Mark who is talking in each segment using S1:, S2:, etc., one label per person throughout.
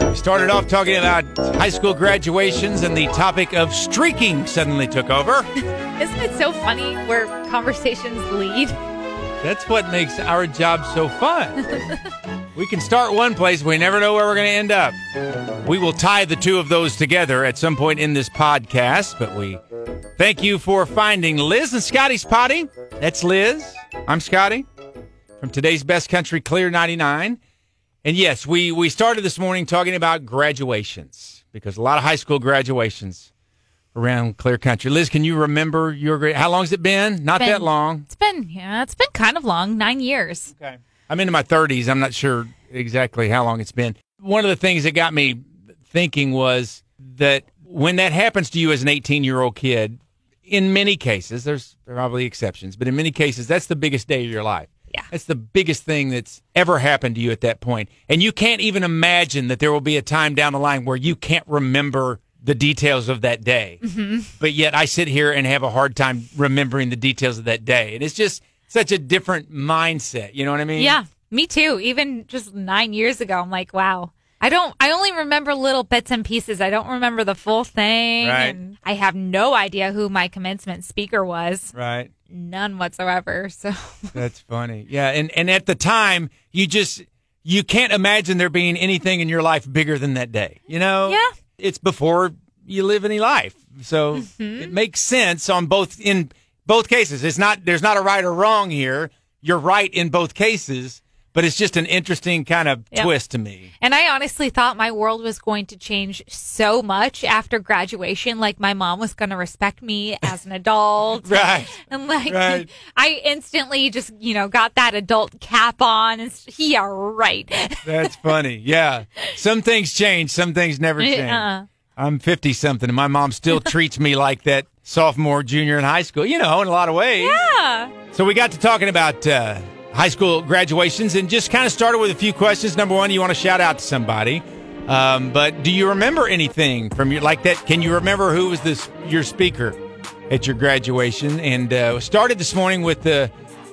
S1: We started off talking about high school graduations, and the topic of streaking suddenly took over.
S2: Isn't it so funny where conversations lead?
S1: That's what makes our job so fun. we can start one place, we never know where we're going to end up. We will tie the two of those together at some point in this podcast, but we thank you for finding Liz and Scotty's potty. That's Liz. I'm Scotty from today's Best Country Clear 99. And yes, we, we started this morning talking about graduations because a lot of high school graduations around Clear Country. Liz, can you remember your grade? How long has it been? Not
S2: Been-
S1: that long.
S2: It's been yeah, it's been kind of long, nine years.
S1: Okay. I'm into my 30s. I'm not sure exactly how long it's been. One of the things that got me thinking was that when that happens to you as an 18 year old kid, in many cases, there's probably exceptions, but in many cases, that's the biggest day of your life.
S2: Yeah.
S1: That's the biggest thing that's ever happened to you at that point. And you can't even imagine that there will be a time down the line where you can't remember the details of that day.
S2: Mm-hmm.
S1: But yet I sit here and have a hard time remembering the details of that day. And it's just such a different mindset. You know what I mean?
S2: Yeah, me too. Even just nine years ago, I'm like, wow. I don't. I only remember little bits and pieces. I don't remember the full thing.
S1: Right.
S2: And I have no idea who my commencement speaker was.
S1: Right.
S2: None whatsoever. So
S1: That's funny. Yeah, and and at the time, you just you can't imagine there being anything in your life bigger than that day. You know?
S2: Yeah.
S1: It's before you live any life. So
S2: Mm-hmm.
S1: it makes sense on both in both cases. It's not there's not a right or wrong here. You're right in both cases, but it's just an interesting kind of
S2: Yep.
S1: twist to me.
S2: And I honestly thought my world was going to change so much after graduation. Like my mom was going to respect me as an adult.
S1: Right.
S2: And like,
S1: Right.
S2: I instantly just, you know, got that adult cap on and s- yeah, right.
S1: That's funny. Yeah. Some things change, some things never change.
S2: Uh-uh.
S1: I'm 50 something and my mom still treats me like that sophomore, junior in high school, you know, in a lot of ways.
S2: Yeah.
S1: So we got to talking about uh, high school graduations and just kind of started with a few questions. Number one, you want to shout out to somebody. Um, but do you remember anything from your like that? Can you remember who was this your speaker at your graduation? And uh, started this morning with the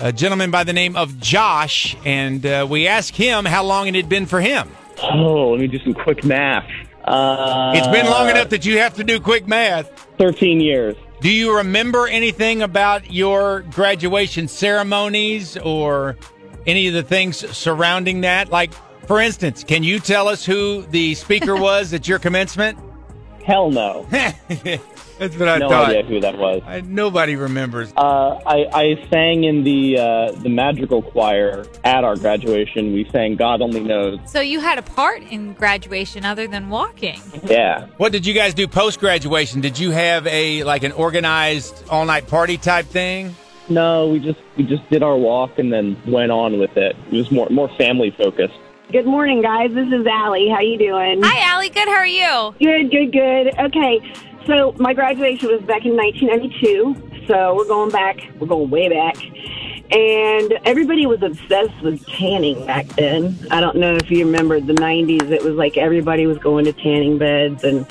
S1: a gentleman by the name of Josh, and uh, we asked him how long it had been for him.
S3: Oh, let me do some quick math. Uh,
S1: It's been long enough that you have to do quick math.
S3: 13 years.
S1: Do you remember anything about your graduation ceremonies or any of the things surrounding that? Like, for instance, can you tell us who the speaker was at your commencement?
S3: Hell no.
S1: That's what I
S3: No
S1: thought.
S3: idea who that was.
S1: I, nobody remembers.
S3: Uh, I, I sang in the uh, the madrigal choir at our graduation. We sang "God Only Knows."
S2: So you had a part in graduation other than walking.
S3: Yeah,
S1: What did you guys do post graduation? Did you have a like an organized all night party type thing?
S3: no, we just we just did our walk and then went on with it. It was more more family focused.
S4: Good morning, guys. This is Allie. How you doing?
S2: Hi, Allie. Good. How are you?
S4: Good, good, good. Okay, so my graduation was back in 1992, so we're going back. We're going way back. And everybody was obsessed with tanning back then. I don't know if you remember the 90s. It was like everybody was going to tanning beds and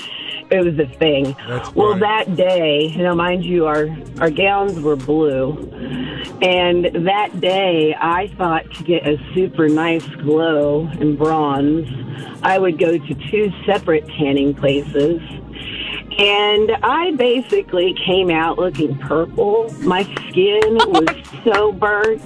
S4: it was a thing.
S1: That's
S4: well,
S1: funny.
S4: that day, now mind you, our, our gowns were blue. And that day, I thought to get a super nice glow and bronze, I would go to two separate tanning places. And I basically came out looking purple. My skin was so burnt.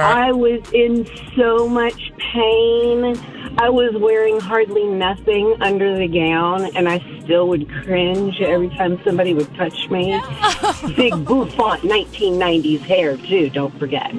S4: I was in so much pain. I was wearing hardly nothing under the gown, and I still would cringe every time somebody would touch me. Big bouffant 1990s hair, too, don't forget.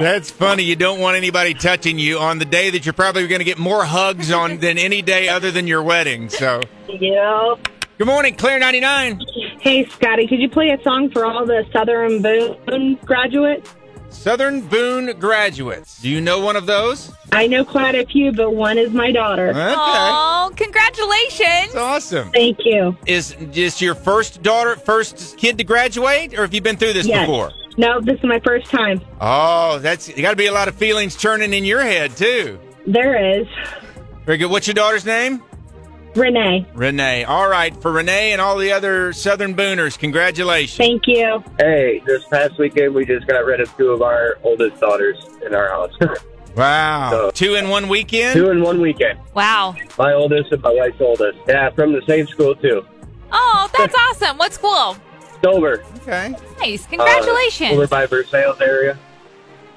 S1: That's funny. You don't want anybody touching you on the day that you're probably going to get more hugs on than any day other than your wedding. So,
S4: Yep.
S1: good morning, Claire 99.
S5: Hey, Scotty, could you play a song for all the Southern Boone graduates?
S1: Southern Boone graduates. Do you know one of those?
S5: I know quite a few, but one is my daughter.
S1: Okay.
S2: Oh, congratulations.
S1: That's awesome.
S5: Thank you.
S1: Is this your first daughter, first kid to graduate, or have you been through this
S5: Yes.
S1: before?
S5: No, this is my first time.
S1: Oh, that's got to be a lot of feelings churning in your head too.
S5: There is
S1: Very good. What's your daughter's name?
S5: Renee.
S1: Renee. All right, for Renee and all the other Southern Booners, congratulations.
S5: Thank you.
S6: Hey, this past weekend we just got rid of two of our oldest daughters in our house.
S1: Wow. Two in one weekend?
S6: Two in one weekend.
S2: Wow.
S6: My oldest and my wife's oldest. Yeah, from the same school too.
S2: Oh, that's awesome. What school?
S6: Dover.
S1: Okay.
S2: Nice.
S6: uh, Over
S2: Congratulations.
S6: by Versailles area.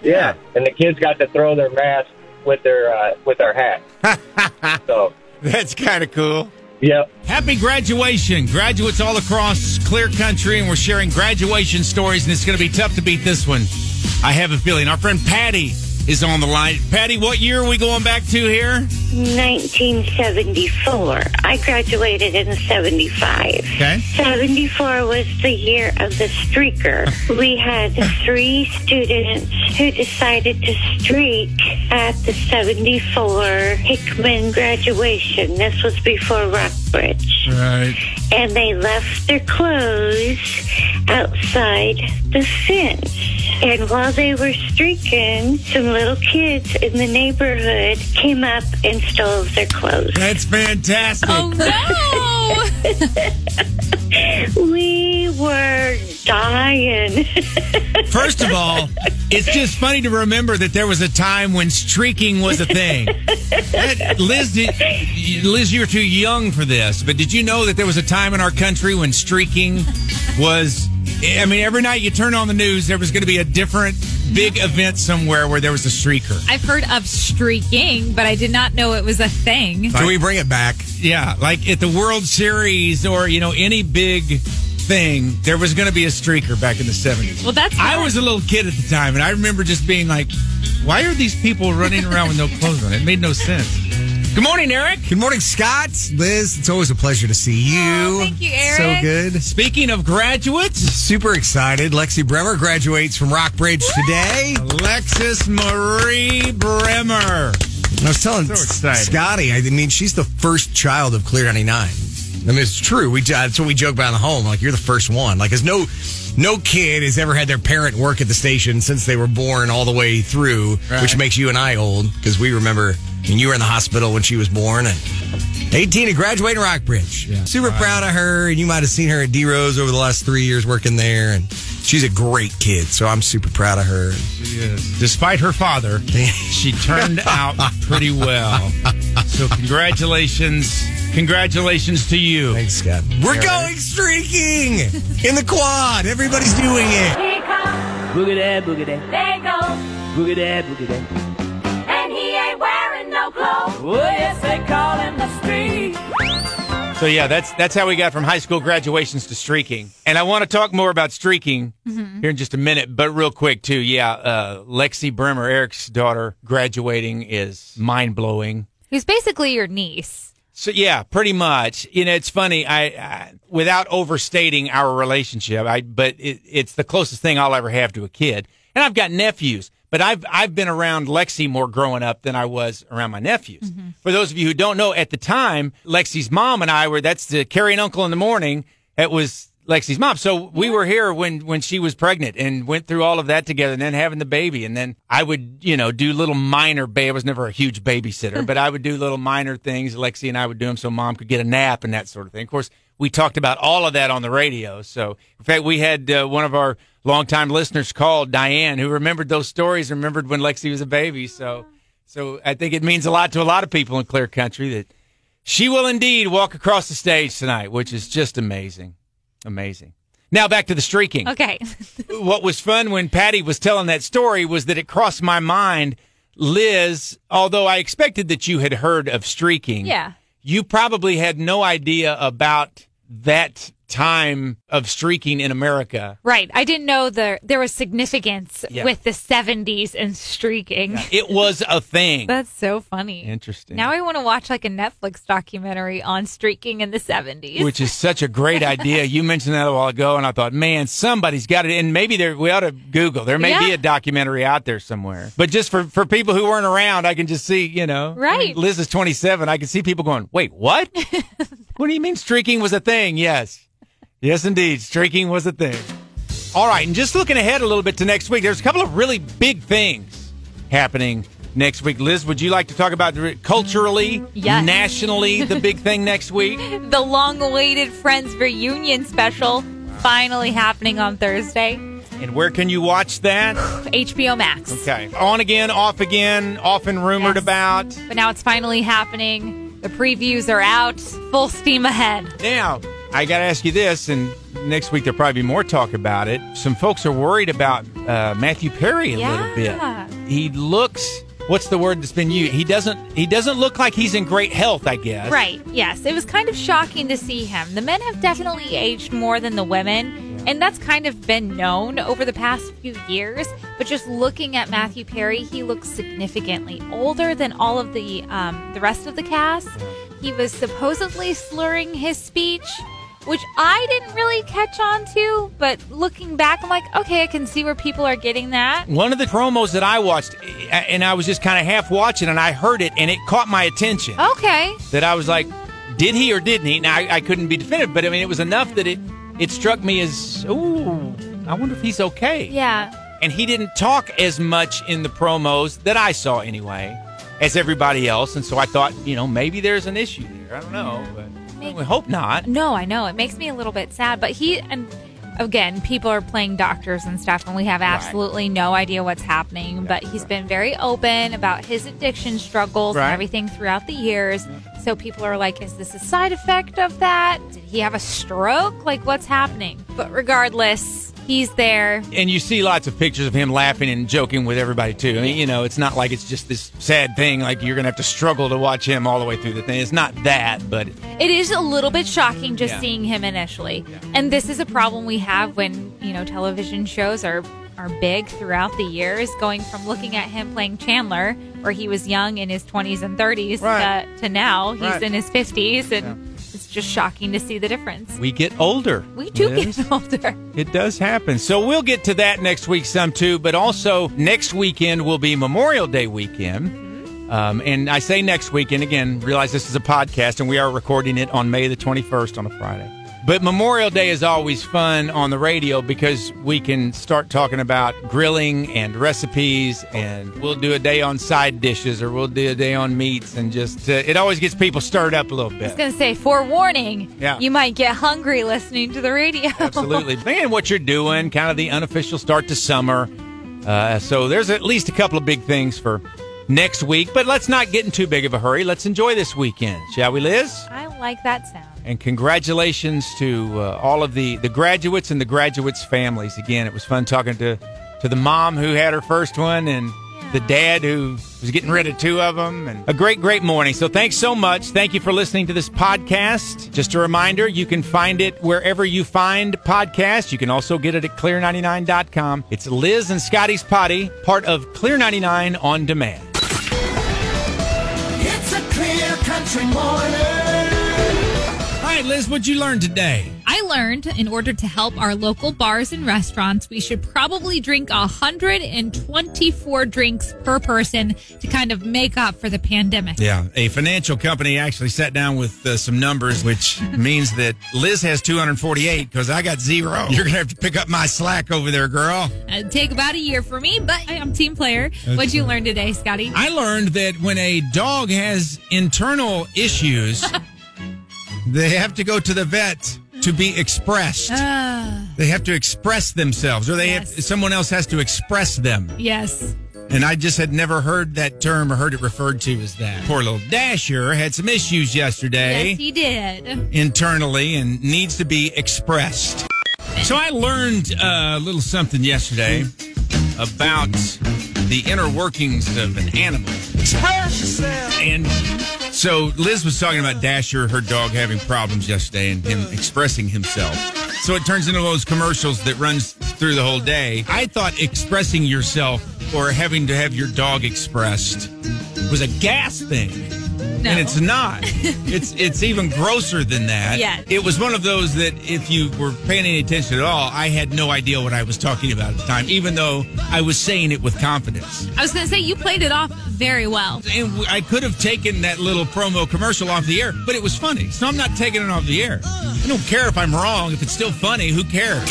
S6: Yeah. And the kids got to throw their mask with their uh, with their hat. so
S1: That's kind of cool.
S6: yep.
S1: Happy graduation. Graduates all across clear country, and we're sharing graduation stories, and it's going to be tough to beat this one. I have a feeling. Our friend Patty is on the line. Patty, what year are we going back to here?
S7: 1974. I graduated in 75.
S1: Okay.
S7: 74 was the year of the streaker. We had three students who decided to streak at the 74 Hickman graduation. This was before Rockbridge.
S1: Right.
S7: And they left their clothes outside the fence. And while they were streaking, some little kids in the neighborhood came up and stole their clothes.
S1: That's fantastic.
S2: Oh, no.
S7: We were dying.
S1: First of all, it's just funny to remember that there was a time when streaking was a thing. That- Liz, did, Liz, you're too young for this, but did you know that there was a time in our country when streaking was? I mean, every night you turn on the news, there was going to be a different big event somewhere where there was a streaker.
S2: I've heard of streaking, but I did not know it was a thing.
S8: Can we bring it back?
S1: Yeah, like at the World Series or you know any big thing, there was going to be a streaker back in the seventies.
S2: Well, that's
S1: I
S2: not-
S1: was a little kid at the time, and I remember just being like, "Why are these people running around with no clothes on?" It made no sense. Good morning, Eric.
S8: Good morning, Scott. Liz, it's always a pleasure to see you.
S2: Oh, thank you,
S8: So
S2: Eric.
S8: good.
S1: Speaking of graduates,
S8: Super excited. Lexi Bremer graduates from Rockbridge today.
S1: Alexis Marie Bremer.
S8: I was telling
S1: So excited.
S8: Scotty, I mean, she's the first child of Clear 99. I mean, it's true. We uh, That's what we joke about in the home. Like, you're the first one. Like, there's no, no kid has ever had their parent work at the station since they were born all the way through,
S1: Right.
S8: which makes you and I old because we remember when you were in the hospital when she was born and 18 to graduate in Rockbridge. Super proud of her. And you might have seen her at D Rose over the last three years working there. And she's a great kid. So I'm super proud of her.
S1: Despite her father, she turned out pretty well. So congratulations, congratulations to you.
S8: Thanks, Scott. We're going streaking in the quad. Everybody's doing it.
S9: Boogie that, boogie that. They go. Boogie that, boogie that. And he ain't wearing no clothes. Oh, yes, they call him the street.
S1: So yeah, that's that's how we got from high school graduations to streaking. And I want to talk more about streaking here in just a minute, but real quick too. Yeah, uh, Lexi Bremer, Eric's daughter, graduating is mind blowing.
S2: Who's basically your niece.
S1: So yeah, pretty much. You know, it's funny. I, I without overstating our relationship, I but it, it's the closest thing I'll ever have to a kid. And I've got nephews, but I've I've been around Lexi more growing up than I was around my nephews. For those of you who don't know, at the time, Lexi's mom and I were that's the Carrie and Uncle in the morning. That was Lexi's mom. So we were here when when she was pregnant and went through all of that together, and then having the baby, and then I would you know do little minor. Ba- I was never a huge babysitter, but I would do little minor things. Lexi and I would do them so mom could get a nap and that sort of thing. Of course, we talked about all of that on the radio. So in fact, we had uh, one of our longtime listeners called Diane, who remembered those stories, and remembered when Lexi was a baby. So so I think it means a lot to a lot of people in Clear Country that. She will indeed walk across the stage tonight, which is just amazing. Amazing. Now back to the streaking.
S2: Okay.
S1: What was fun when Patty was telling that story was that it crossed my mind, Liz, although I expected that you had heard of streaking.
S2: Yeah.
S1: You probably had no idea about that time of streaking in America.
S2: Right. I didn't know the, there was significance
S1: Yeah.
S2: with the 70s and streaking.
S1: It was a thing.
S2: That's so funny.
S1: Interesting.
S2: Now I want to watch like a Netflix documentary on streaking in the 70s.
S1: which is such a great idea. You mentioned that a while ago, and I thought, man, somebody's got it. And maybe there, we ought to Google. There may be
S2: Yeah.
S1: a documentary out there somewhere. But just for, for people who weren't around, I can just see, you know.
S2: Right.
S1: Liz is 27. I can see people going, wait, what? what do you mean streaking was a thing? Yes. Yes, indeed. Streaking was a thing. All right. And just looking ahead a little bit to next week, there's a couple of really big things happening next week. Liz, would you like to talk about the- culturally,
S2: Yes.
S1: nationally, the big thing next week?
S2: the long awaited Friends reunion special finally happening on Thursday.
S1: And where can you watch that?
S2: HBO Max.
S1: Okay. On again, off again, often rumored
S2: Yes.
S1: about.
S2: But now it's finally happening. The previews are out. Full steam ahead.
S1: Now, I got to ask you this, and next week there'll probably be more talk about it. Some folks are worried about uh, Matthew Perry a
S2: Yeah.
S1: little bit. He looks. What's the word that's been used? He doesn't. He doesn't look like he's in great health. I guess.
S2: Right. Yes. It was kind of shocking to see him. The men have definitely aged more than the women, and that's kind of been known over the past few years. But just looking at Matthew Perry, he looks significantly older than all of the um, the rest of the cast. He was supposedly slurring his speech, which I didn't really catch on to. But looking back, I'm like, okay, I can see where people are getting that.
S1: One of the promos that I watched, a- and I was just kind of half watching, and I heard it, and it caught my attention.
S2: Oh, Okay.
S1: that I was like, did he or didn't he? Now I, I couldn't be definitive, but I mean it was enough that it it struck me as ooh, I wonder if he's okay.
S2: Yeah.
S1: And he didn't talk as much in the promos that I saw anyway as everybody else, and so I thought, you know, maybe there's an issue there. I don't know, but
S2: Maybe.
S1: we hope not.
S2: No, I know. It makes me a little bit sad, but he and again, people are playing doctors and stuff and we have absolutely no idea what's happening, but he's been very open about his addiction struggles
S1: Right.
S2: and everything throughout the years. So people are like, is this a side effect of that? Did he have a stroke? Like what's happening? But regardless, he's there.
S1: And you see lots of pictures of him laughing and joking with everybody too. I mean, you know, it's not like it's just this sad thing. Like you're gonna have to struggle to watch him all the way through the thing. It's not that, but
S2: It is a little bit shocking just
S1: Yeah.
S2: seeing him initially. And this is a problem we have when, you know, television shows are are big throughout the years, going from looking at him playing Chandler, where he was young in his 20s and 30s,
S1: Right.
S2: to, to now he's
S1: Right.
S2: in his 50s. And it's just shocking to see the difference.
S1: we get older.
S2: We do
S1: Liz.
S2: get older.
S1: It does happen. So we'll get to that next week, some too. But also, next weekend will be Memorial Day weekend. Um, and I say next weekend again, realize this is a podcast and we are recording it on May the 21st on a Friday. But Memorial Day is always fun on the radio because we can start talking about grilling and recipes, and we'll do a day on side dishes or we'll do a day on meats, and just uh, it always gets people stirred up a little bit.
S2: I was going to say, forewarning,
S1: Yeah.
S2: you might get hungry listening to the radio.
S1: Absolutely. Man, what you're doing, kind of the unofficial start to summer. Uh, so there's at least a couple of big things for next week, but let's not get in too big of a hurry. Let's enjoy this weekend, shall we, Liz?
S2: I like that sound.
S1: And congratulations to uh, all of the, the graduates and the graduates' families. Again, it was fun talking to, to the mom who had her first one and the dad who was getting rid of two of them. And a great, great morning. So thanks so much. Thank you for listening to this podcast. Just a reminder, you can find it wherever you find podcasts. You can also get it at clear99.com. It's Liz and Scotty's Potty, part of Clear99 on demand.
S9: It's a clear country morning.
S1: All right, Liz, what'd you learn today?
S2: I learned in order to help our local bars and restaurants, we should probably drink 124 drinks per person to kind of make up for the pandemic.
S1: Yeah, a financial company actually sat down with uh, some numbers, which means that Liz has 248 because I got zero. You're going to have to pick up my slack over there, girl.
S2: It'd take about a year for me, but I am team player. What'd you learn today, Scotty?
S1: I learned that when a dog has internal issues, they have to go to the vet to be expressed. They have to express themselves, or they have,
S2: Ah. Yes.
S1: someone else has to express them.
S2: Yes.
S1: And I just had never heard that term or heard it referred to as that. Poor little Dasher had some issues yesterday.
S2: Yes, he did.
S1: internally and needs to be expressed. So I learned uh, a little something yesterday about the inner workings of an animal. And so Liz was talking about Dasher, her dog, having problems yesterday and him expressing himself. So it turns into those commercials that runs through the whole day. I thought expressing yourself or having to have your dog expressed was a gas thing.
S2: No.
S1: And it's not. it's it's even grosser than that.
S2: Yes.
S1: It was one of those that if you were paying any attention at all, I had no idea what I was talking about at the time, even though I was saying it with confidence.
S2: I was going to say, you played it off very well.
S1: And w- I could have taken that little promo commercial off the air, but it was funny. So I'm not taking it off the air. I don't care if I'm wrong. If it's still funny, who cares?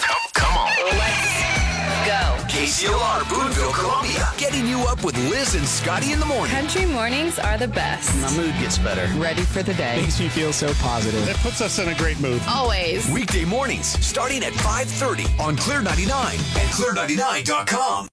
S10: Come, come on. Let's go. KCLR Boonville, Columbia. Getting you up with Liz and Scotty in the morning.
S2: Country mornings are the best.
S10: My mood gets better.
S2: Ready for the day.
S10: Makes me feel so positive.
S11: It puts us in a great mood.
S2: Always.
S10: Weekday mornings starting at 5:30 on Clear 99 and clear99.com.